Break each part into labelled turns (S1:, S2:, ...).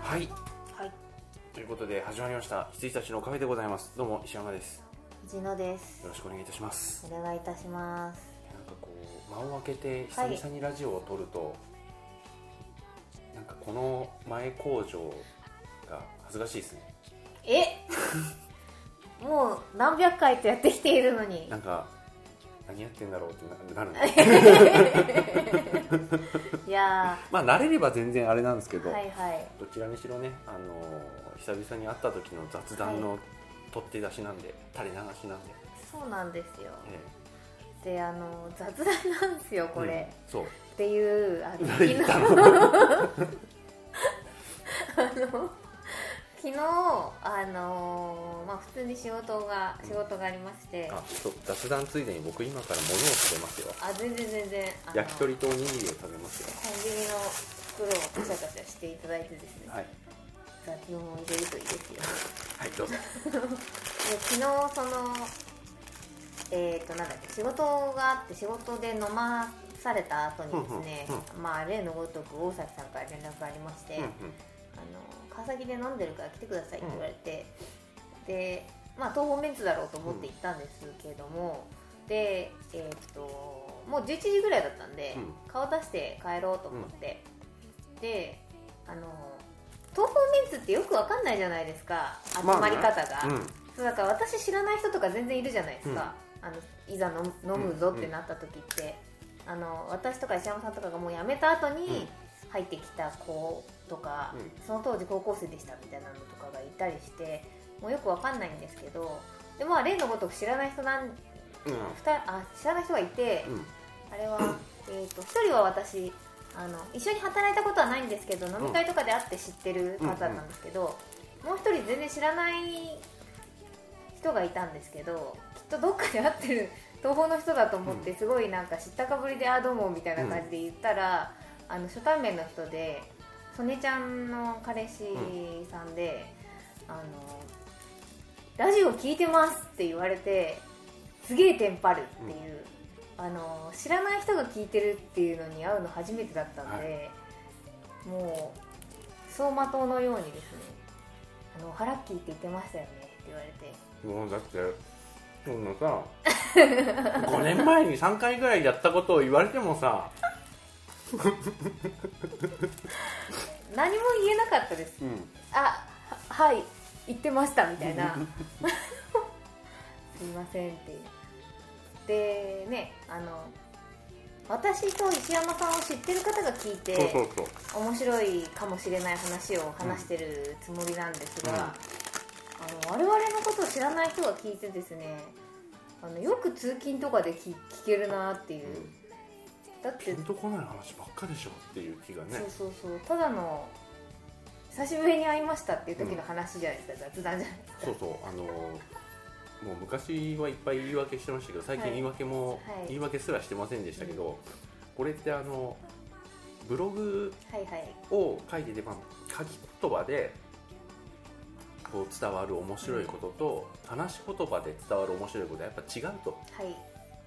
S1: はい
S2: はい
S1: ということで始まりました羊たちのカフェでございますどうも石山です
S2: 藤野です
S1: よろしくお願いいたします
S2: お願いいたします
S1: なんかこう間を空けて久々にラジオを撮ると、なんかこの前工場が恥ずかしいですね
S2: え もう何百回とやってきているの に
S1: なんか何やってんだろうってななる の
S2: いや
S1: まあ慣れれば全然あれなんですけ
S2: ー
S1: ど、
S2: はいはい
S1: どちらにしろね、あのー久々に会った時の雑談の取って出しなんで、垂れ流しなんで、
S2: そうなんですよ
S1: え
S2: であの雑談なんですよ
S1: え
S2: これ、
S1: うんそう
S2: っていうあの昨
S1: 言
S2: 日
S1: ったの
S2: 昨日あのーまあ普通に仕事が仕事がありまして
S1: あそう雑談ついでに僕今から物を食べますよ
S2: あ全然全然あの
S1: 焼き鳥とおにぎりを食べますよ
S2: コンビニの袋をカチャカチャしていただいてですね、
S1: はい
S2: 雑音を入れるといいですよ
S1: はいどうぞ
S2: で昨日そのえっ、となんだっけ仕事があって仕事で飲まされた後にですね、
S1: うんうん
S2: まあ例のごとく大崎さんから連絡がありまして、
S1: うん
S2: あ
S1: うん
S2: の川崎で飲んでるから来てくださいって言われて、でまあ東方メンツだろうと思って行ったんですけれども、でえっ、ともう11時ぐらいだったんで、
S1: うん
S2: 顔出して帰ろうと思って、であの東方メンツってよくわかんないじゃないですか集
S1: まあね
S2: まり方が、
S1: うん
S2: そうだから私知らない人とか全然いるじゃないですか、あのいざ飲む飲むぞってなった時って、あの私とか石山さんとかがもう辞めた後に入ってきた子とか、
S1: うん
S2: その当時高校生でしたみたいなのとかがいたりしてもうよくわかんないんですけどでまあ例のごとく知らない人なん
S1: うん
S2: ふたあ知らない人がいて、
S1: うん
S2: あれは、えー、と1人は私あの一緒に働いたことはないんですけど飲み会とかで会って知ってる方だったんですけど、もう1人全然知らない人がいたんですけどきっとどっかで会ってる東方の人だと思って、すごいなんか知ったかぶりで「あどうも」みたいな感じで言ったら、あの初対面の人で曽根ちゃんの彼氏さんで。あのラジオ聞いてますって言われてすげえテンパるっていう、あの知らない人が聞いてるっていうのに会うの初めてだったんで、もう走馬灯のようにですね「あのハラッキーって言ってましたよね」って言われて
S1: もうだってそんな さ5年前に3回ぐらいやったことを言われてもさ、
S2: 何も言えなかったです
S1: うん、
S2: 「あははい言ってました」みたいな すいませんっていうでねあの私と石山さんを知ってる方が聞いて
S1: そうそうそう
S2: 面白いかもしれない話を話してるつもりなんですが、
S1: うん
S2: あの我々のことを知らない人が聞いてですねあのよく通勤とかで聞聞けるなっていう、
S1: うん
S2: だって、
S1: ピンとこない話ばっかでしょっていう気がね
S2: そうそうそうただの久しぶりに会いましたっていう時の話じゃないですか、雑談じゃないですか
S1: そうそうあのもう昔はいっぱい言い訳してましたけど最近
S2: はい
S1: 言い訳も、
S2: はい
S1: 言い訳すらしてませんでしたけど、これってあのブログ
S2: はいはい
S1: を書いてて、まあ、書き言葉でこう伝わる面白いことと、話し言葉で伝わる面白いことはやっぱ違うと
S2: はい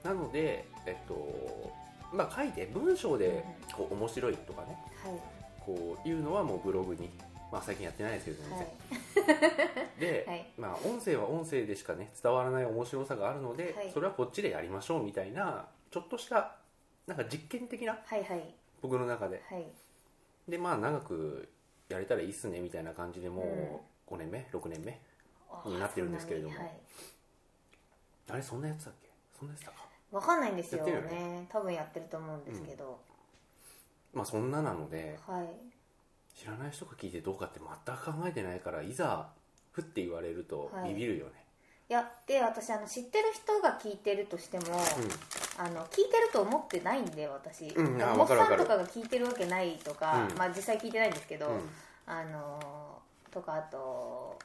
S1: なのでえっとまあ書いて文章でこう面白いとかね
S2: はい
S1: こういうのはもうブログに、まあ、最近やってないですけど全然、
S2: はい
S1: で、
S2: はい
S1: まあ、音声は音声でしかね伝わらない面白さがあるので、
S2: はい
S1: それはこっちでやりましょうみたいなちょっとしたなんか実験的な
S2: はいはい
S1: 僕の中で
S2: はい
S1: でまあ長くやれたらいいっすねみたいな感じでもう5年目6年目
S2: あ
S1: になってるんですけれども
S2: そなにはい
S1: あれそんなやつだっけそんなやつだか
S2: わかんないんですよ
S1: やってるよ
S2: ね多分やってると思うんですけど、
S1: まあそんななので
S2: はい
S1: 知らない人が聞いてどうかって全く考えてないからいざふって言われると
S2: はい
S1: ビビるよね、
S2: いやで私あの知ってる人が聞いてるとしても、あの聞いてると思ってないんで私、
S1: うん
S2: だから
S1: あ
S2: モッ
S1: わかるわ
S2: さ
S1: か
S2: ん
S1: る
S2: とかが聞いてるわけないとか、
S1: うん
S2: まあ実際聞いてないんですけど、
S1: うん、うん
S2: あのーとかあと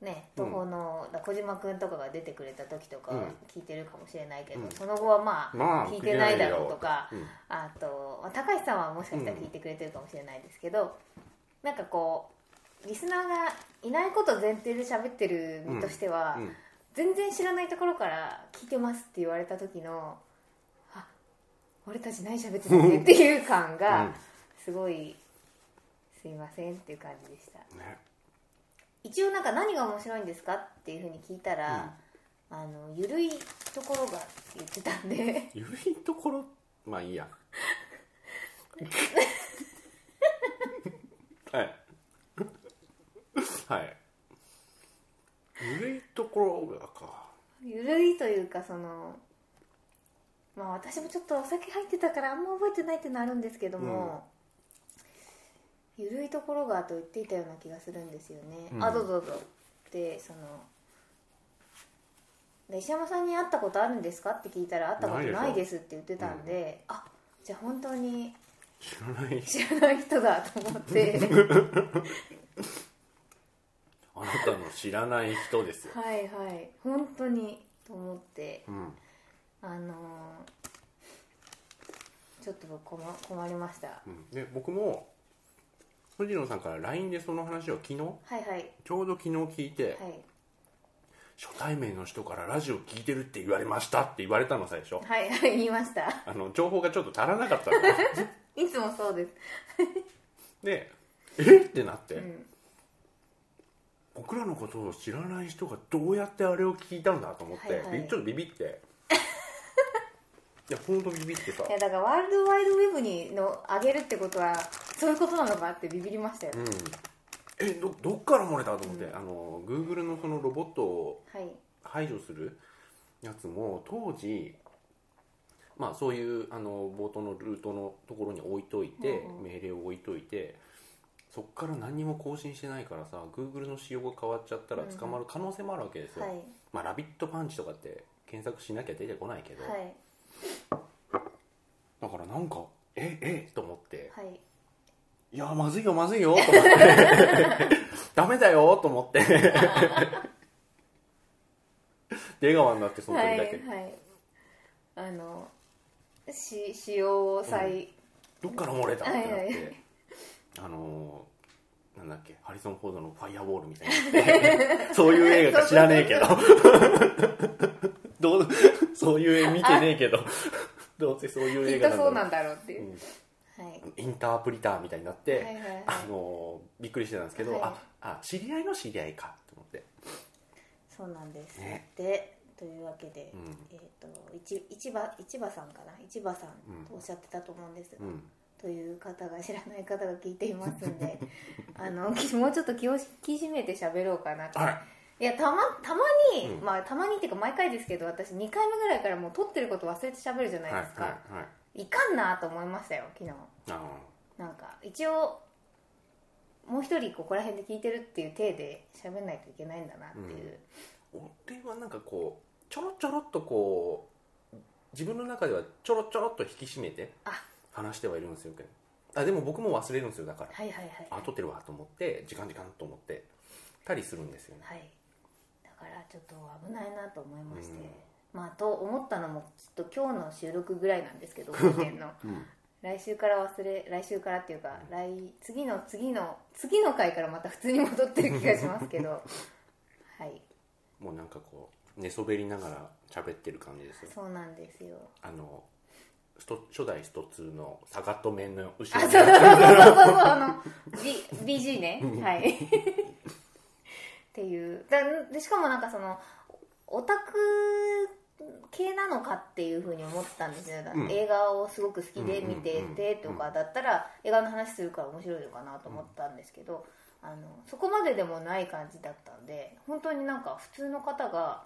S2: ね東方の、だ小島君とかが出てくれた時とか
S1: うん
S2: は聞いてるかもしれないけど、
S1: うん
S2: その後はまあ、
S1: まあ
S2: 聞いてないだろうとか
S1: うん
S2: あと、まあ、高橋さんはもしかしたら聞いてくれてるかもしれないですけど、なんかこうリスナーがいないこと前提で喋ってる身としては、
S1: うん
S2: 全然知らないところから「聞いてます」って言われた時の「あ俺たち何喋ってたっけ?」っていう感
S1: う
S2: が
S1: ん
S2: すごいすいませんっていう感じでした
S1: ね
S2: 一応なんか何が面白いんですかっていうふうに聞いたら、あのゆるいところがって言ってたんで
S1: ゆるいところまあいいや はい はいゆるいところがか
S2: ゆるいというかそのまあ私もちょっとお酒入ってたからあんま覚えてないっていうのあるんですけども、ゆるいところがと言っていたような気がするんですよね、
S1: うん
S2: あどうぞどうぞでそので石山さんに会ったことあるんですかって聞いたら会ったことないですって言ってたんであじゃあ本当に
S1: 知らない
S2: 知らない人だと思って
S1: あなたの知らない人ですよ
S2: はいはい本当にと思って
S1: うん
S2: あのーちょっと困困りましたは
S1: うんで僕も藤野さんから LINE でその話を昨日
S2: いはい
S1: ちょうど昨日聞いて、
S2: はい
S1: 初対面の人からラジオ聞いてるって言われましたって言われたの最初
S2: はいはい言いました
S1: あの情報がちょっと足らなかった のね
S2: いつもそうです、
S1: でえってなって、
S2: うん、
S1: 僕らのことを知らない人がどうやってあれを聞いたんだと思って、
S2: はいはい
S1: びちょっとビビっていや本当ビビってさ
S2: いやだからワールドワイドウェブにの上げるってことはそういうことなのかってビビりましたよ、
S1: うんえどどっから漏れたと思って、あの Google のそのロボットを
S2: はい
S1: 排除するやつも当時まあそういうあの冒頭のルートのところに置いといて、
S2: うんうん
S1: 命令を置いといてそっから何にも更新してないからさ Google の仕様が変わっちゃったら捕まる可能性もあるわけですよ、
S2: はい
S1: まあ「ラビットパンチ」とかって検索しなきゃ出てこないけど、
S2: はい
S1: だからなんかええと思って
S2: はい
S1: いやまずいよまずいよと思って ダメだよと思って出川になってその
S2: は
S1: 時
S2: い
S1: だけ、
S2: はいあのし使用を再、
S1: どっから漏れたってなって、
S2: はいはい
S1: あのーなんだっけハリソン・フォードの「ファイアウォール」みたいな そういう映画か知らねえけどどうそういう映画見てねえけどどうせそういう
S2: き
S1: 映
S2: っ
S1: 画
S2: と
S1: なんだ
S2: そうなんだろ
S1: ろう
S2: うっていうう、
S1: ん
S2: はい
S1: インタープリターみたいになって、
S2: はいはいはい
S1: あのーびっくりしてたんですけど、
S2: はい
S1: ああ知り合いの知り合いかと思って、
S2: そうなんです、
S1: ね
S2: でというわけで、
S1: うん
S2: えっ、と一市場市場さんかな市場さんとおっしゃってたと思うんです、
S1: うん、
S2: という方が知らない方が聞いていますん であのもうちょっと気を引き締めて喋ろうかなと、
S1: はい
S2: い、やたまたまに、
S1: うん
S2: まあたまにっていうか毎回ですけど私2回目ぐらいからもう撮ってること忘れて喋るじゃな
S1: はい
S2: いですか、
S1: はい
S2: い
S1: はい
S2: かんなと思いましたよ昨日
S1: あの
S2: なんか一応もう一人ここら辺で聞いてるっていう体で喋んないといけないんだなっていう、
S1: 俺はなんかこうちょろちょろっとこう自分の中ではちょろちょろっと引き締めて
S2: あ
S1: 話してはいるんですよけどあでも僕も忘れるんですよだから
S2: はいはいはい
S1: あ撮ってるわと思って時間時間と思ってたりするんですよね
S2: はい、だからちょっと危ないなと思いまして、
S1: うん
S2: まあと思ったのもちょっと今日の収録ぐらいなんですけ ど午前の
S1: うん
S2: 来週から忘れ来週からっていうか来次の次の次の回からまた普通に戻ってる気がしますけ どはい
S1: もうなんかこう寝そべりながら喋ってる感じですよ
S2: そうなんですよ
S1: あのスト初代スト2のサガット面の後
S2: あ
S1: ろ
S2: そうそうそ
S1: に
S2: うそうそうそうあの B BG ねはい っていうだでしかもなんかそのオタク系なのかっていうふうに思ったんですよ、
S1: うん
S2: 映画をすごく好きで見て
S1: うんうんうんう
S2: て
S1: ん
S2: とかだったら映画の話するから面白いのかなと思ったんですけど、あのそこまででもない感じだったんで本当になんか普通の方が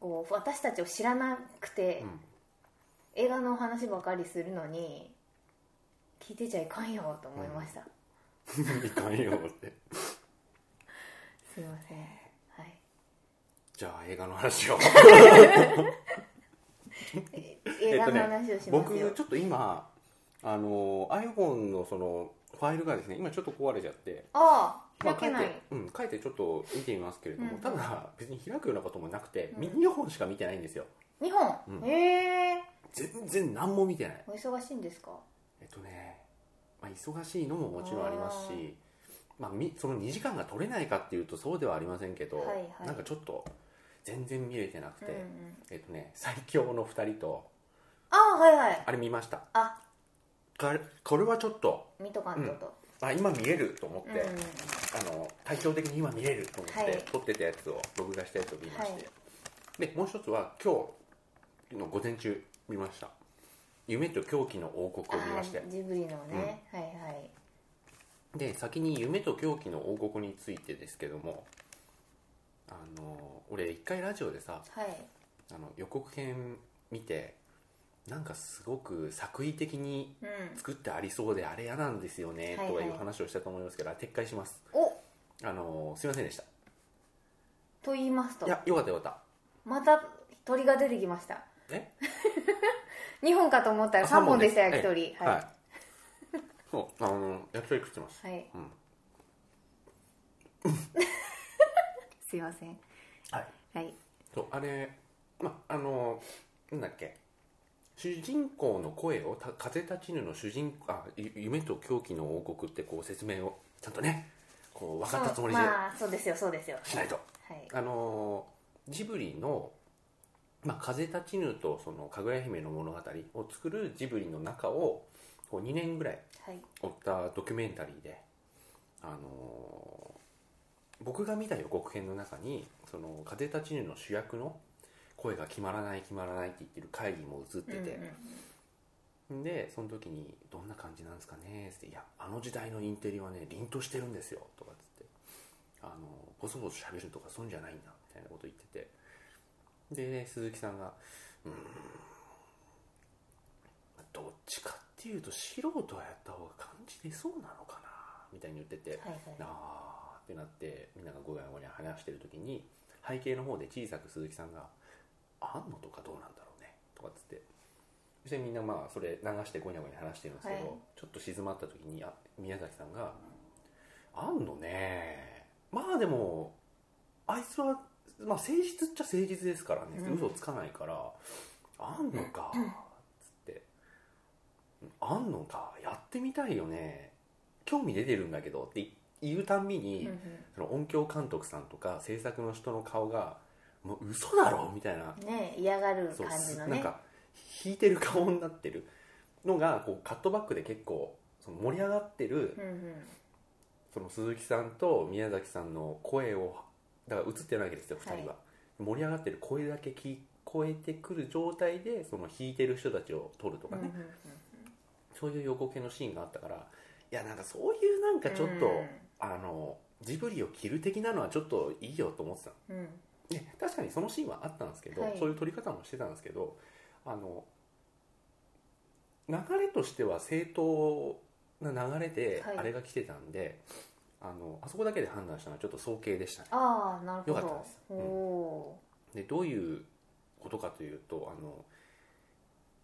S2: こう私たちを知らなくて、
S1: うん
S2: 映画の話ばかりするのに聞いてちゃいかんよと思いました、
S1: いかんよって
S2: すいませんはい
S1: じゃあ映画の話を
S2: え映画の話をします
S1: 僕
S2: よ、
S1: ちょっと今あの iPhone のそのファイルがですね今ちょっと壊れちゃって、
S2: ああ
S1: まあ
S2: 開けない、
S1: てうん、書いてちょっと見てみますけれど
S2: う
S1: も、
S2: ん
S1: ただ別に開くようなこともなくて、
S2: うん
S1: ミニ本しか見てないんですよ
S2: 2本、
S1: うん
S2: ええ
S1: 全然何も見てない
S2: お忙しいんですか
S1: えっとね、まあ、忙しいのももちろんありますしまあ、みその2時間が取れないかっていうとそうではありませんけど、
S2: はいはい
S1: なんかちょっと全然見れてなく
S2: う
S1: て、
S2: んうん、
S1: えっとね最強の2人と
S2: ああはいはい
S1: あれ見ました
S2: あ
S1: かこれはちょっと
S2: 見とかんとと、
S1: あ今見れると思って、
S2: うん
S1: あの対照的に今見れると思っ
S2: は
S1: て、
S2: い
S1: 撮ってたやつを録画したやつを見まして、
S2: はい
S1: でもう一つは今日の午前中見ました「夢と狂気の王国」を見まして
S2: あージブリのね、はいはい
S1: で先に「夢と狂気の王国」についてですけどもあの俺一回ラジオでさ
S2: はい
S1: あの予告編見てなんかすごく作為的に
S2: うん
S1: 作ってありそうであれ嫌なんですよね
S2: はいはい
S1: とかいう話をしたと思いますけど、撤回します
S2: お
S1: あのすいませんでした
S2: と言いますと
S1: いやよかったよかっ
S2: また鳥が出てきました
S1: たえ
S2: 2本かと思ったら
S1: あ
S2: 3
S1: 三
S2: 本でしたよ
S1: す
S2: 1人
S1: はい、は
S2: はい
S1: そうあの焼き鳥食ってます
S2: い、はい、
S1: うん
S2: すいません
S1: はい
S2: はい
S1: そうあれまあのなんだっけ主人公の声をた風立ちぬの主人あゆ夢と狂気の王国ってこう説明をちゃんとねこう分かったつもりで
S2: そうまあそうですよそうですよ
S1: しないと、
S2: はい
S1: あのジブリの、まあ、風立ちぬとそのかぐや姫の物語を作るジブリの中をこう2年ぐらい
S2: はい
S1: 追ったドキュメンタリーで、あのー僕が見た予告編の中に「その風立ちぬ」の主役の声が決まらない決まらないって言ってる会議も映って
S2: うんうん
S1: て、でその時に「どんな感じなんですかね?」って「いやあの時代のインテリはね凛としてるんですよ」とかっつってあのボソボソ喋るとかそんじゃないんだみたいなこと言っててで、鈴木さんが「うーんどっちかっていうと素人がやった方が感じ出そうなのかな」みたいに言ってて
S2: はい
S1: 「なあ」ってなってみんながごやごや話してる時に背景の方で小さく鈴木さんが「あんのとかどうなんだろうね」とかっつって。そしてみんなまあそれ流してごにゃごにゃ話してるんですけど、
S2: はい
S1: ちょっと静まった時にあ宮崎さんがあんのねまあでもあいつは、まあ、誠実っちゃ誠実ですからね、
S2: うん
S1: 嘘つかないからあんのかつってあんのかやってみたいよね興味出てるんだけどって言うたんびに、
S2: うんうん
S1: その音響監督さんとか制作の人の顔がもう嘘だろみたいな
S2: ね嫌がる
S1: そう
S2: 感じの
S1: なん
S2: ね
S1: か引いてる顔になってるのがこうカットバックで結構その盛り上がってる
S2: うんうん
S1: その鈴木さんと宮崎さんの声をだから映ってないわけですよ2人は、
S2: はい
S1: 盛り上がってる声だけ聞こえてくる状態でその弾いてる人たちを撮ると
S2: う
S1: か
S2: ん
S1: ね、
S2: うんうん
S1: そういう予告編のシーンがあったからいやなんかそういうなんかちょっと、あのジブリを着る的なのはちょっといいよと思ってたの
S2: うんうん
S1: ね、確かにそのシーンはあったんですけど、
S2: はい
S1: そういう撮り方もしてたんですけどあの流れとしては正当な流れで
S2: はい
S1: あれが来てたんで、あのあそこだけで判断したのはちょっと早計でしたね
S2: ああなるほど
S1: よかったですうん
S2: おお
S1: でどういうことかというとあの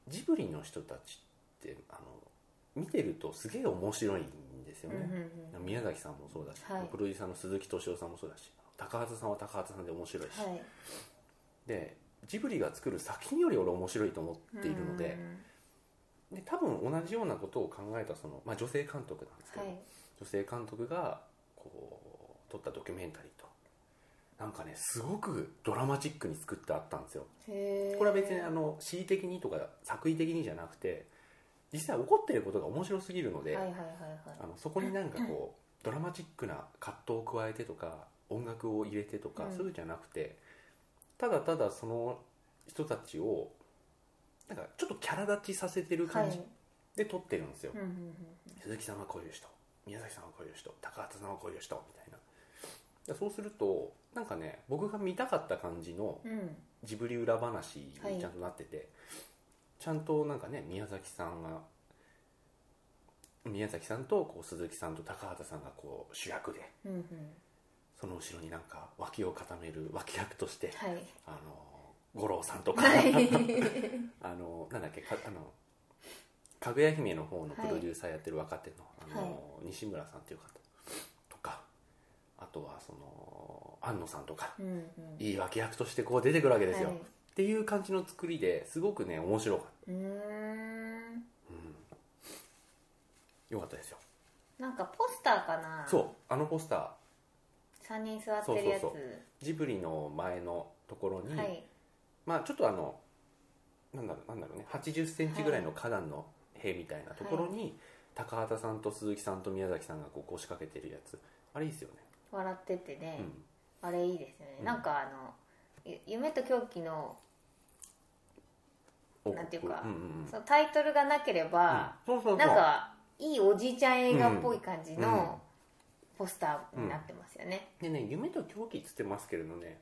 S1: ジブリの人たちってあの見てるとすげえ面白いんで
S2: ー
S1: すよ
S2: うん
S1: ね、
S2: うんうん
S1: 宮崎さんもそうだし、
S2: はい
S1: プロデューサーの鈴木敏夫さんもそうだし高畑さんは高畑さんで面白いし、
S2: はい
S1: でジブリが作る作品より俺面白いと思っているので,、で多分同じようなことを考えたその、まあ、女性監督なんですけ
S2: うん
S1: ど、
S2: はい
S1: 女性監督がこう撮ったドキュメンタリーとなんかねすごくドラマチックに作ってあったんですよ
S2: へえ
S1: これは別にあの恣意的にとか作為的にじゃなくて実際起こっていることが面白すぎるので、
S2: はいはいはいはい
S1: あのそこになんかこうドラマチックな葛藤を加えてとか音楽を入れてとか
S2: うん
S1: そういうのじゃなくて、ただただその人たちをなんかちょっとキャラ立ちさせてる感じで撮ってるんですよ、
S2: うんうんうん
S1: 鈴木さんはこういう人宮崎さんはこういう人高畑さんはこういう人みたいなだそうするとなんかね僕が見たかった感じの
S2: うんうん
S1: ジブリ裏話にちゃんとなってて、ちゃんとなんかね宮崎さんが宮崎さんとこう鈴木さんと高畑さんがこう主役で
S2: うんうん
S1: その後ろになんか脇を固める脇役として
S2: はい
S1: あの五郎さんとか、
S2: はい
S1: あのなんだっけかあのかぐや姫の方のプロデューサーやってる若手の,、あ
S2: は
S1: の西村さんっていう方とかあとはその安野さんとか
S2: うんうん
S1: いい脇役としてこう出てくるわけですよ、
S2: はい
S1: っていう感じの作りですごくね面白かっ
S2: うーん
S1: た、うん、よかったですよ
S2: なんかポスターかな
S1: そうあのポスター
S2: 3人座ってるやつ
S1: そうそジブリの前のところに、
S2: はい
S1: まあちょっとあのなんだろうなんだろうね8 0ンチぐらいの花壇の塀みたいなところに、高畑さんと鈴木さんと宮崎さんがこう腰掛けてるやつあれいいですよね、
S2: 笑っててね、
S1: うん
S2: あれいいですよね、
S1: うん
S2: なんかあのゆ夢と狂気の
S1: 王
S2: なんていうか
S1: うんうんうん
S2: そのタイトルがなければ、
S1: そうそうそう
S2: なんかいいおじいちゃん映画っぽい感じのポスターになってますよね、
S1: でね夢と狂気っつってますけれどね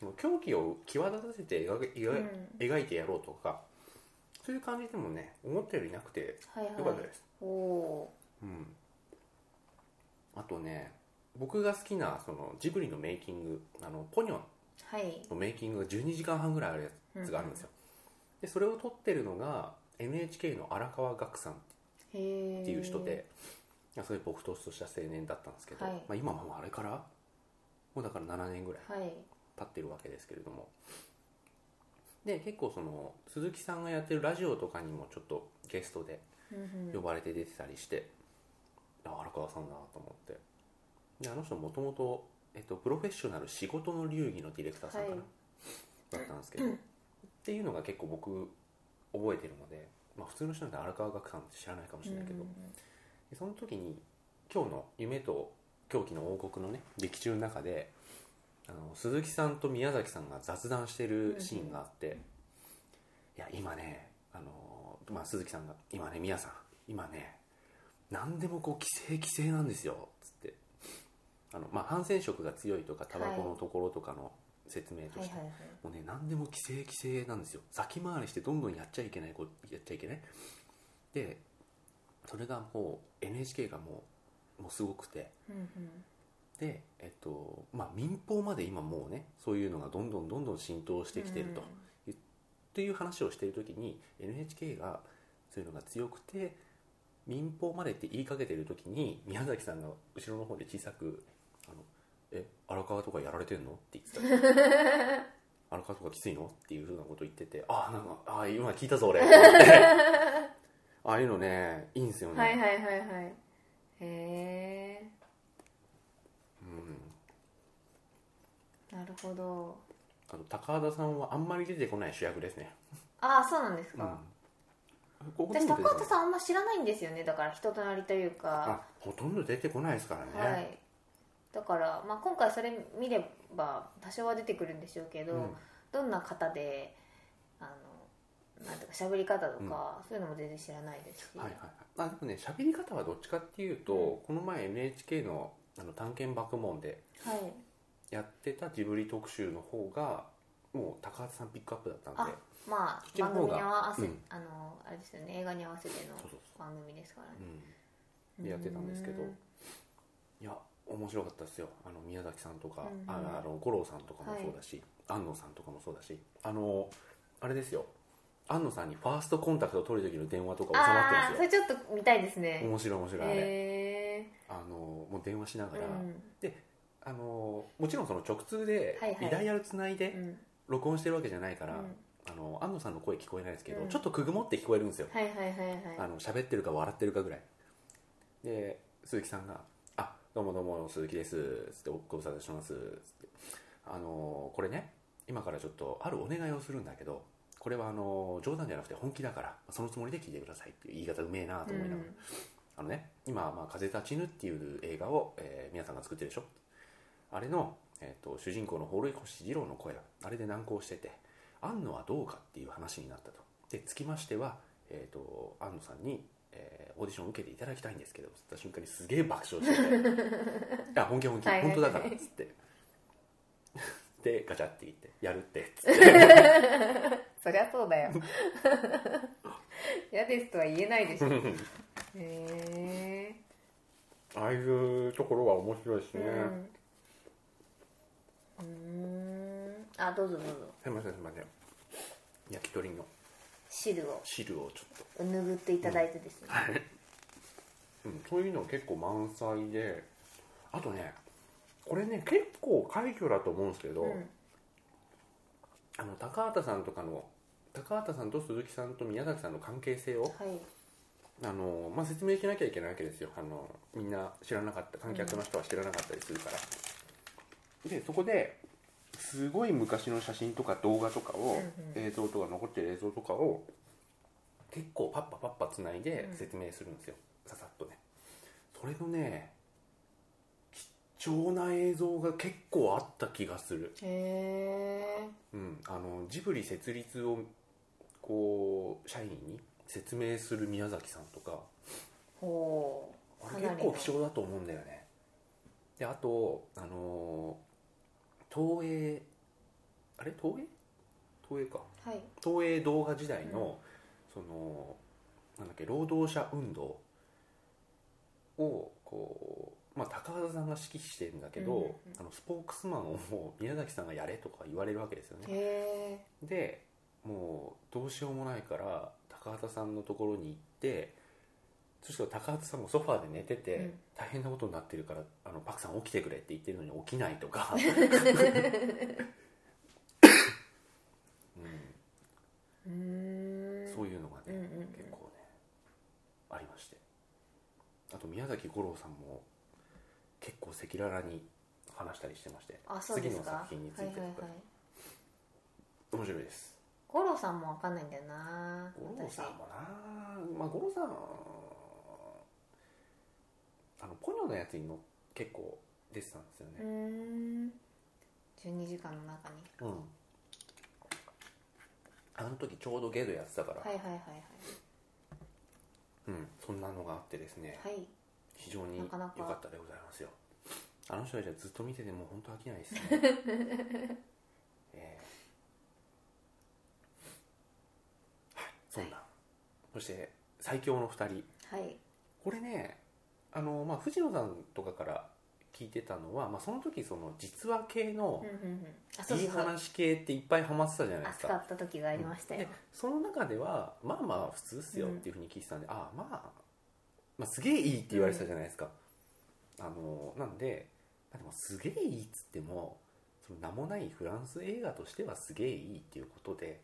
S1: もう狂気を際立たせて描け描,、
S2: うん
S1: 描いてやろうとかそういう感じでもね思ったよりなくて
S2: はいはい
S1: よかったです、
S2: おお
S1: うんあとね僕が好きなそのジブリのメイキングあのポニョ
S2: ーはい
S1: のメイキングが12時間半ぐらいあるやつがあるんですよ、でそれを撮ってるのが NHK の荒川岳さん
S2: へえ
S1: っていう人で、すごい僕ととした青年だったんですけど、
S2: はい
S1: まあ、今はもうあれからもうだから7年ぐらい
S2: はい
S1: 経ってるわけですけれどもで結構その鈴木さんがやってるラジオとかにもちょっとゲストで
S2: うんうん
S1: 呼ばれて出てたりして、あ荒川さんだなと思ってであの人もともと、えっと、プロフェッショナル仕事の流儀のディレクターさんかな、
S2: はい
S1: だったんですけど、っていうのが結構僕覚えてるので、まあ、普通の人なんて荒川岳さんって知らないかもしれないけど、
S2: うん
S1: でその時に今日の「夢と狂気の王国」のね劇中の中であの鈴木さんと宮崎さんが雑談してるシーンがあって、いや今ねあの、まあ、鈴木さんが「今ね宮さん今ね何でもこう規制規制なんですよ」つってあの、まあ、反戦色が強いとかタバコのところとかの説明として、
S2: はいはいはい
S1: もうね何でも規制規制なんですよ先回りしてどんどんやっちゃいけないこうやっちゃいけないでそれがもう NHK がもうもうすごくて
S2: うんうん
S1: でえっとまあ民放まで今もうねそういうのがどんどんどんどん浸透してきてると、
S2: うん
S1: っていう話をしてる時に NHK がそういうのが強くて民放までって言いかけてる時に宮崎さんが後ろの方で小さく「あのえ荒川とかやられてんの?」っ て言ってた荒川とかきついのっていうふうなこと言ってて「ああなんかああ今聞いたぞ俺」って思ってああいうのねいいんですよね、
S2: はいはいはいはいへえ
S1: うん、
S2: なるほど
S1: あと高畑さんはあんまり出てこない主役ですね、
S2: ああそうなんです
S1: うん
S2: か、、
S1: ここで
S2: 私高
S1: も出てこない
S2: 畑さんあんま知らないんですよねだから人となりというか
S1: あほとんど出てこないですからね、
S2: はいだから、まあ、今回それ見れば多少は出てくるんでしょうけど、
S1: うん
S2: どんな方であのなんていうか喋り方とか、そういうのも全然知らないですし、
S1: はいはいはい、あでもね喋り方はどっちかっていうと、
S2: う
S1: この前 NHK の「あの探検爆問」で
S2: はい
S1: やってたジブリ特集の方がもう高畑さんピックアップだったんで
S2: あま
S1: そっ
S2: あ
S1: ちの
S2: 番
S1: 方が
S2: 組に合わせ、
S1: うん
S2: あのあれですよね映画に合わせての
S1: そうそう
S2: 番組ですからね
S1: そう、うん、でやってたんですけど
S2: う
S1: いや面白かったですよあの宮崎さんとか、
S2: うんうん
S1: ああの五郎さんとかもそうだし、安野さんとかもそうだしあのあれですよ安野さんにファーストコンタクトを取る時の電話とか収まっ
S2: ああ
S1: て
S2: ー
S1: る
S2: そ
S1: んです
S2: れちょっと見たいです
S1: よ
S2: ね
S1: 面白い面白いあれ、
S2: へ
S1: あのもう電話しな
S2: え
S1: が
S2: ー、
S1: ら、
S2: うん
S1: あのもちろんその直通で
S2: はいはい
S1: リダイヤルつないで
S2: うん
S1: 録音してるわけじゃないか
S2: う
S1: ら、
S2: ん
S1: あの安野さんの声聞こえないですけど、
S2: うん
S1: ちょっとくぐもって聞こえるんですよ、
S2: はいはいはい
S1: あ
S2: はい
S1: の喋ってるか笑ってるかぐらいで鈴木さんが「あどうもどうも鈴木です」つって「ご無沙汰してます」つってあのこれね今からちょっとあるお願いをするんだけどこれはあの冗談じゃなくて本気だからそのつもりで聞いてくださいっていう言い方うめえなと思いな
S2: う
S1: がら、
S2: ん
S1: あのね、今、まあ、風立ちぬっていう映画を、えー皆さんが作ってるでしょあれの、えー、と主人公の堀越二郎の声あれで難航してて庵野はどうかっていう話になったとでつきましては、えー、と庵野さんに、えーオーディションを受けていただきたいんですけどつった瞬間にすげえ爆笑してて「あ本気本気
S2: はいはい
S1: 本当だから」っつって でガチャって言って「やるって」つって
S2: そりゃそうだよ 嫌ですとは言えない でしょへえ
S1: ああいうところは面白いです
S2: うんうーんあどうぞどうぞ
S1: すいませんすいません焼き鳥の
S2: 汁を
S1: 汁をちょっと
S2: 拭っていただいてですね、
S1: はい、うん、そういうの結構満載であとねこれね結構快挙だと思うんですけど、
S2: うん
S1: あの高畑さんとかの高畑さんと鈴木さんと宮崎さんの関係性を
S2: はい
S1: あの、まあ、説明しなきゃいけないわけですよあのみんな知らなかった観客の人は知らなかったりするから、でそこですごい昔の写真とか動画とか
S2: うんう
S1: を、
S2: ん
S1: 映像とか残ってる映像とかを結構パッパパッパつないで説明するんですよ、ささっとこれのね貴重な映像が結構あった気がする、
S2: へえ
S1: うん、あのジブリ設立をこう社員に説明する宮崎さんとか
S2: ほう
S1: あれ結構貴重だと思うんだよねであとあのー東映あれ東映東映か
S2: はい
S1: 東映動画時代の、そのなんだっけ労働者運動をこう、まあ、高田さんが指揮してるんだけど、
S2: うんうんうん
S1: あのスポークスマンをもう宮崎さんがやれとか言われるわけですよね
S2: へ
S1: でもうどうしようもないから高畑さんのところに行ってそしたら高畑さんもソファーで寝てて、
S2: うん
S1: 大変なことになってるからあのパクさん起きてくれって言ってるのに起きないとか、う
S2: えうー
S1: ん、
S2: ん
S1: そういうのがね、
S2: うんうんうん
S1: 結構ねありましてあと宮崎吾郎さんも結構赤裸々に話したりしてまして
S2: あそうです
S1: 次の
S2: か
S1: 作品についてとか、
S2: はいはいはい
S1: 面白いです
S2: 五郎さんもわかんないんだよな
S1: 五郎さん
S2: 私
S1: もなまあ五郎さんあのポニョのやつにの結構出てたんですよ
S2: うー
S1: ね
S2: ん12時間の中に
S1: うん、あの時ちょうどゲドやってたから、
S2: はいはいはい
S1: うん、そんなのがあってですね、
S2: はいはい
S1: 非常に良
S2: なかな
S1: か
S2: か
S1: ったでございますよあの人たちはずっと見ててもう本当飽きな いですね、えーはいそんな、そして最強の2人
S2: はい
S1: これねあの、まあ、藤野さんとかから聞いてたのは、まあ、その時その実話系の
S2: うんうんうんあそうそ
S1: いいう
S2: そう
S1: 話系っていっぱいハマってたじゃないです
S2: 暑
S1: か
S2: かった時がありましたよ
S1: でその中ではまあまあ普通っすよっていうふうに聞いてたんで、ああまあ、まあすげえいいって言われてたじゃないですか、あのなんで、まあ、でもすげえいいっつってもその名もないフランス映画としてはすげえいいっていうことで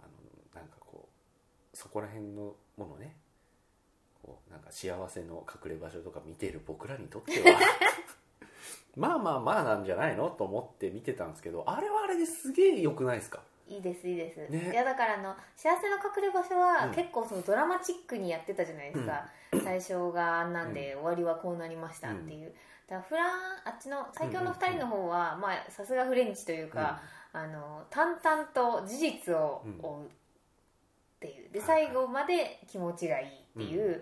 S1: あのなんかこうそこら辺のものねこうなんか幸せの隠れ場所とか見てる僕らにとって はまあまあまあなんじゃないのと思って見てたんですけどあれはあれですげえ良くないですか
S2: いいですいいです、
S1: ね
S2: いやだからあの幸せの隠れ場所
S1: う
S2: は
S1: ん
S2: 結構そのドラマチックにやってたじゃないですか、最初があんなんで、終わりはこうなりましたっていう、だからフランあっちの最強の2人の方はまあさすがフレンチというか、あの淡々と事実を
S1: うん
S2: 追うっていう、で
S1: はいはい
S2: 最後まで気持ちがいいっていう、
S1: うん
S2: あ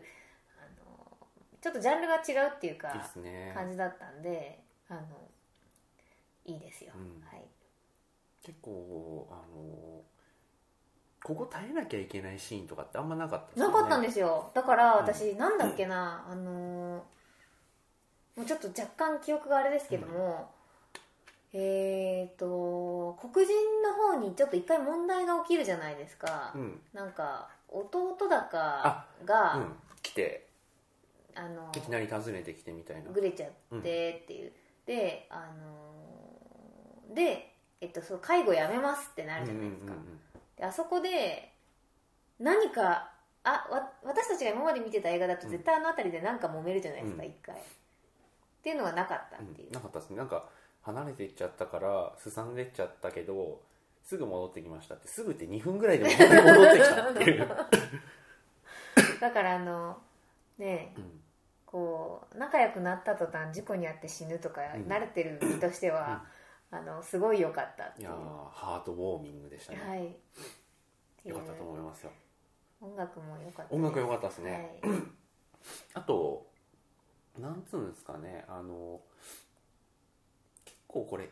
S2: のちょっとジャンルが違うっていう
S1: うん、いいで
S2: か
S1: すね
S2: 感じだったんであのいいですよ、
S1: うん
S2: はい
S1: 結構あのここ耐えなきゃいけないシーンとかってあんまなかった
S2: なかったんですすよだから私、なんだっけなあのーもうちょっと若干記憶があれですけども、えっ、と黒人の方にちょっと一回問題が起きるじゃないですか、
S1: よねうん
S2: なんか弟だかがあ、
S1: うん、来て
S2: の
S1: いきなり訪ねてきてみたいな
S2: ぐれちゃってっていう、であのーで、えっと、そう介護やめますってなるじゃないですか、
S1: うんうんうん
S2: であそこで何かあわ私たちが今まで見てた映画だと絶対あの辺りで何か揉めるじゃないですか
S1: うん
S2: 一、回っていうのがなかったっていう、
S1: うんなかったですねなんか離れていっちゃったからすさんでっちゃったけどすぐ戻ってきましたってすぐって2分ぐらいで戻ってきたっ ていう、
S2: だからあのねえ
S1: うん
S2: こう仲良くなった途端事故に遭って死ぬとか、
S1: うん
S2: 慣れてる身としては、あのすごい良かったって
S1: い
S2: いう
S1: やーハートウォーミングでしたね、
S2: はいってい
S1: よ
S2: う
S1: かったと思いますよ
S2: 音楽も良かった
S1: 音楽良
S2: っ
S1: かったです
S2: た
S1: ね、
S2: はい、
S1: あとなんつうんですかねあの結構これ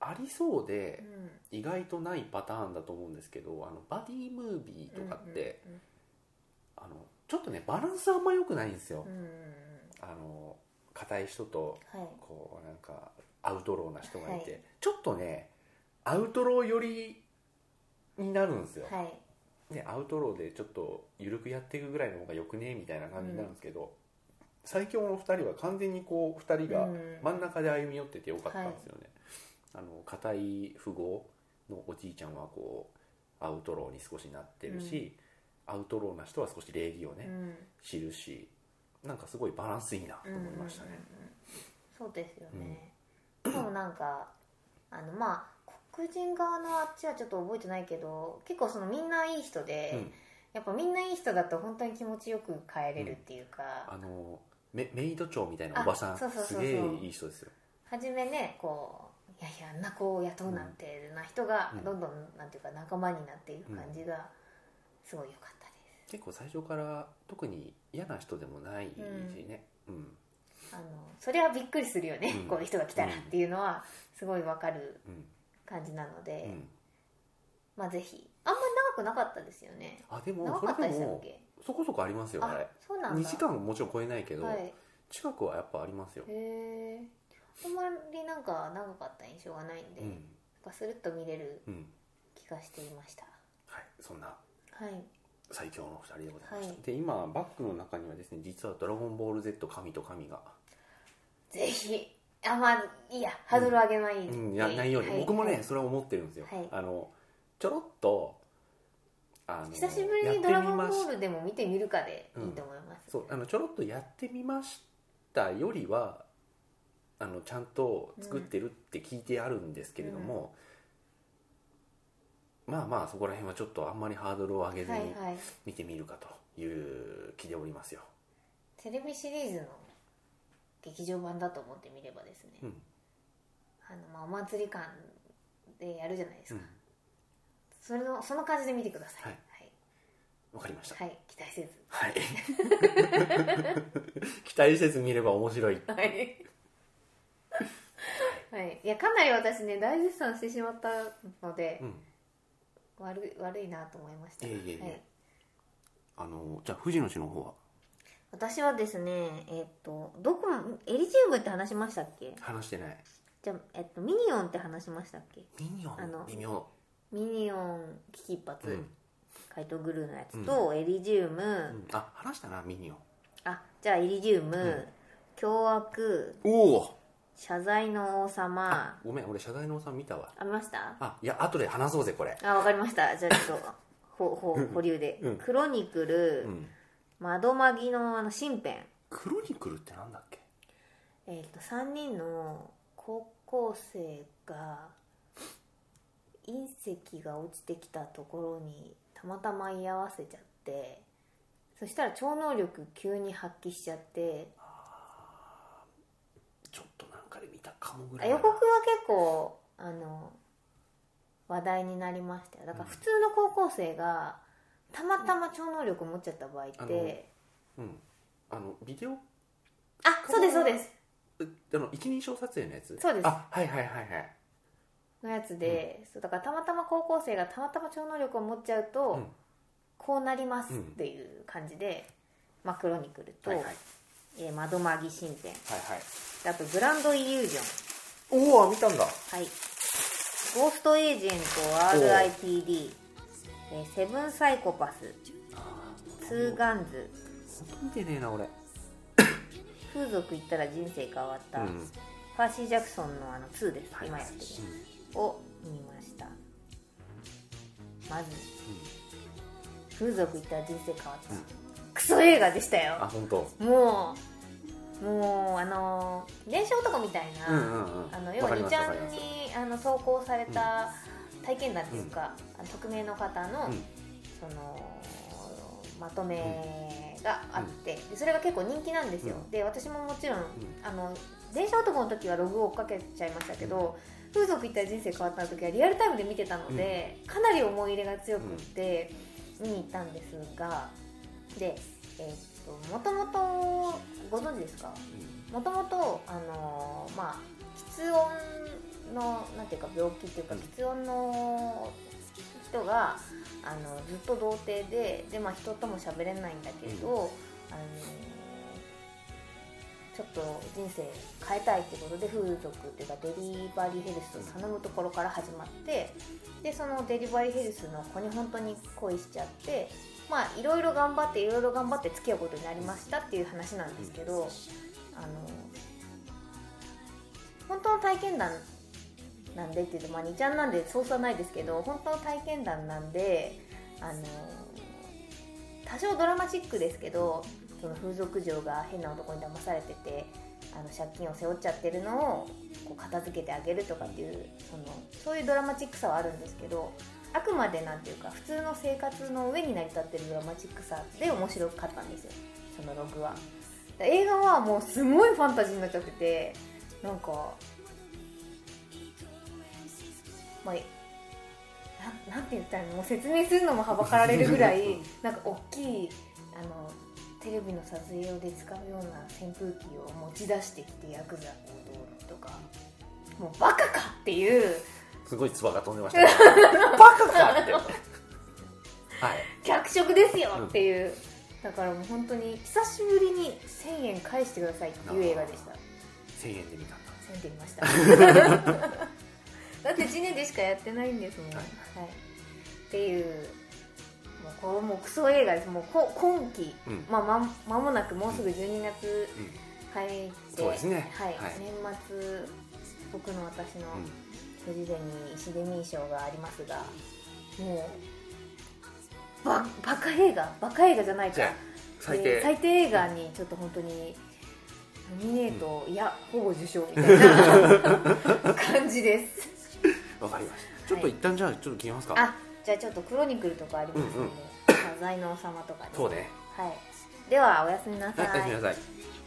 S1: ありそうで
S2: うん
S1: 意外とないパターンだと思うんですけどあのバディムービーとかって、
S2: うんうん
S1: あのちょっとねバランスあんま良くないんですよ、
S2: うんうん
S1: あの硬い人と
S2: うんはい
S1: こうなんかアウトローな人がいて、
S2: は
S1: ちょっとねアウトロー寄りになるんですよ、
S2: はい
S1: ね、アウトローでちょっと緩くやっていくぐらいの方がよくねみたいな感じになるんですけど、最強の2人は完全にこう2人が
S2: うん
S1: 真ん中で歩み寄っててよかったんですよね、あの硬い富豪のおじいちゃんはこうアウトローに少しなってるし、アウトローな人は少し礼儀をね、
S2: うん
S1: 知るしなんかすごいバランスいいなと思いましたね、
S2: うんうんうんうんそうですよね、でもなんかあのまあ黒人側のあっちはちょっと覚えてないけど結構そのみんないい人で、
S1: うん
S2: やっぱみんないい人だと本当に気持ちよく帰れるっていうか、
S1: あのメメイド長みたいなおばさん
S2: あそうそうそうそう
S1: すげえいい人ですよ
S2: 初めねこういやいやあんな子を雇うなんてな人が
S1: うん
S2: どんどんなんていうか仲間になっていく感じがすごい良かったです、
S1: 結構最初から特に嫌な人でもないしね、うん
S2: あのそれはびっくりするよね、
S1: うん
S2: こういう人が来たらっていうのはすごいわかる
S1: うん
S2: 感じなので、
S1: うん
S2: まあぜひあんまり長くなかったですよね
S1: あでも
S2: 長
S1: そ
S2: か
S1: れ
S2: ったで
S1: で
S2: したっ
S1: も
S2: け
S1: そこそこありますよあ
S2: あ
S1: れ
S2: そうなん
S1: 2
S2: だ
S1: 時間ももちろん超えないけど、
S2: はい
S1: 近くはやっぱありますよ
S2: へ、えあんまりなんか長かった印象がないんで、
S1: う
S2: なん
S1: ん
S2: かスルッと見れる
S1: うん
S2: 気がしていました
S1: はいそんな
S2: はい
S1: 最強の2人でございました、
S2: はい
S1: で今バッグの中にはですね実は「ドラゴンボール Z 神と神が」
S2: ぜひあまあいいやハードル上げな
S1: う
S2: い、
S1: ん、やないように、
S2: は
S1: 僕もね、
S2: はい
S1: それは思ってるんですよ、
S2: はい
S1: あのちょろっとあの
S2: 久しぶりに「ドラゴンボール」でも見てみるかで
S1: うん
S2: いいと思います、
S1: そうあのちょろっとやってみましたよりはあのちゃんと作ってるって聞いてあるんですけれども、まあまあそこら辺はちょっとあんまりハードルを上げず
S2: は
S1: に
S2: いはい
S1: 見てみるかという気でおりますよ、
S2: テレビシリーズの劇場版だと思ってみればですね、
S1: うん
S2: あのまあ、お祭り館でやるじゃないですか、
S1: うん
S2: それのその感じで見てください
S1: はいわかりました
S2: はい、はい期待せず
S1: はい 期待せず見れば面白い
S2: はい、はい、いやかなり私ね大絶賛してしまったので
S1: う、ん
S2: 悪い悪いなと思いました
S1: いえいえいえ
S2: はい、
S1: あのじゃあ藤野氏の方は
S2: 私はですねえっとどこもエリチウムって話しましたっけ
S1: 話してない
S2: じゃあ、えっと、ミニオンって話しましたっけ
S1: ミニオ
S2: あの
S1: ン微妙
S2: ミニオン危機一髪、
S1: うん
S2: 怪盗グルーのやつと、エリジウム、
S1: うんあ話したなミニオン
S2: あじゃあエリジウム、
S1: ん
S2: 凶悪
S1: おお
S2: 謝罪の王様
S1: ごめん俺謝罪のおさん見たわ
S2: ありました
S1: あいや後で話そうぜこれ
S2: あわかりましたじゃあちょっとほほ保留で、
S1: うん
S2: クロニクル、
S1: うん
S2: 窓マギのあの身辺
S1: クロニクルってなんだっけ
S2: えっ、と3人の高校生が隕石が落ちてきたところにたまたま居合わせちゃってそしたら超能力急に発揮しちゃって
S1: ちょっとなんかで見たかもぐ
S2: あ
S1: らい
S2: 予
S1: だな
S2: 告は結構あの話題になりましたよだから普通の高校生がたまたま超能力持っちゃった場合っ
S1: あ
S2: て
S1: のうんあのビデオ
S2: あそうですそうです
S1: うあの一人称撮影のやつ
S2: そうです
S1: あはいはいはいはい
S2: のやつで、そうだからたまたま高校生がたまたま超能力を持っちゃうと、
S1: うん
S2: こうなりますっていう感じで、マクロニクルと、
S1: はいはいはい
S2: えー窓マギ神殿
S1: はい
S2: であとグランドイリュージョン
S1: おお見たんだ
S2: はいゴーストエージェント RIPD、えーセブンサイコパスツーガンズ
S1: 本当見てねえな俺
S2: 風俗行ったら人生変わっ
S1: う
S2: た、
S1: ん
S2: パーシー・ジャクソンのあの2です、
S1: はい
S2: 今やってる
S1: うん
S2: を見ましたまず、風俗行ったら人生変わった、
S1: うん
S2: クソ映画でした
S1: あ
S2: よ
S1: 本当
S2: もうもうあのー電車男みたいな、
S1: うんうんうん
S2: あの
S1: わ
S2: 要
S1: か
S2: は
S1: り
S2: 2
S1: ます
S2: ち
S1: わ
S2: ゃ
S1: か
S2: ん
S1: ります
S2: にあの投稿された体験談っていうか、あの匿名の方の、
S1: うん
S2: そのまとめがあって、でそれが結構人気なんですよ、
S1: うん
S2: で私ももちろん、あの電車男の時はログを追っかけちゃいましたけど、風俗行ったら人生変わった時はリアルタイムで見てたので、かなり思い入れが強くって見に行ったんですがでえーっともともとご存知ですかもともとあのーまあ喫音のなんていうか病気っていうか
S1: うん
S2: 喫音の人があのずっと童貞でで、まあ、人とも喋れないんだけど、
S1: う
S2: あのーちょっと人生変えたいってことで風俗っていうかデリバリーヘルスを頼むところから始まってでそのデリバリーヘルスの子に本当に恋しちゃってまあいろいろ頑張っていろいろ頑張って付き合うことになりましたっていう話なんですけど。あの本当の体験談なんでっていうと、まあ、2ちゃんなんでそうそうないですけど本当の体験談なんであの多少ドラマチックですけどその風俗嬢が変な男に騙されててあの借金を背負っちゃってるのをこう片付けてあげるとかっていうそのそういうドラマチックさはあるんですけどあくまでなんていうか普通の生活の上に成り立ってるドラマチックさで面白かったんですよそのログは。だから映画はもうすごいファンタジーになっちゃっててなんかまあななんて言ったらいいのもう説明するのもはばかられるぐらい
S1: うん
S2: なんか大きいあのテレビの撮影用で使うような扇風機を持ち出してきてヤクザ行動とかもうバカかっていう
S1: すごい唾が飛んでま したねバカか ってはい
S2: 脚色ですよっていう、だからもう本当に久しぶりに1000円返してくださいっていう映画でした
S1: 1000円で見たんだ
S2: 1000円で見ましただって1年でしかやってないんですもん、
S1: い
S2: はいっていうもうこれもうクソ映画ですもうこ今期、
S1: うん
S2: まあ、ま間もなくもうすぐ12月
S1: うん
S2: 入って、
S1: そうですね
S2: はい
S1: はい
S2: 年末僕の私の
S1: うん
S2: フジデミーシデミー賞がありますがもうババカ映画バカ映画じゃない
S1: じ
S2: か
S1: ゃあ最
S2: えー
S1: 低
S2: 最低映画にちょっと本当にノミネート、いやほぼ受賞みたいな感じです
S1: わかりましたちょっと一旦じゃ あちょっと切りますか
S2: あじゃあちょっとクロニクルとかありますので、
S1: うんうん
S2: まあ財能様とかで
S1: そうね
S2: はい、ではおやすみなさ
S1: はいおやす
S2: い
S1: みなさい
S3: 「君の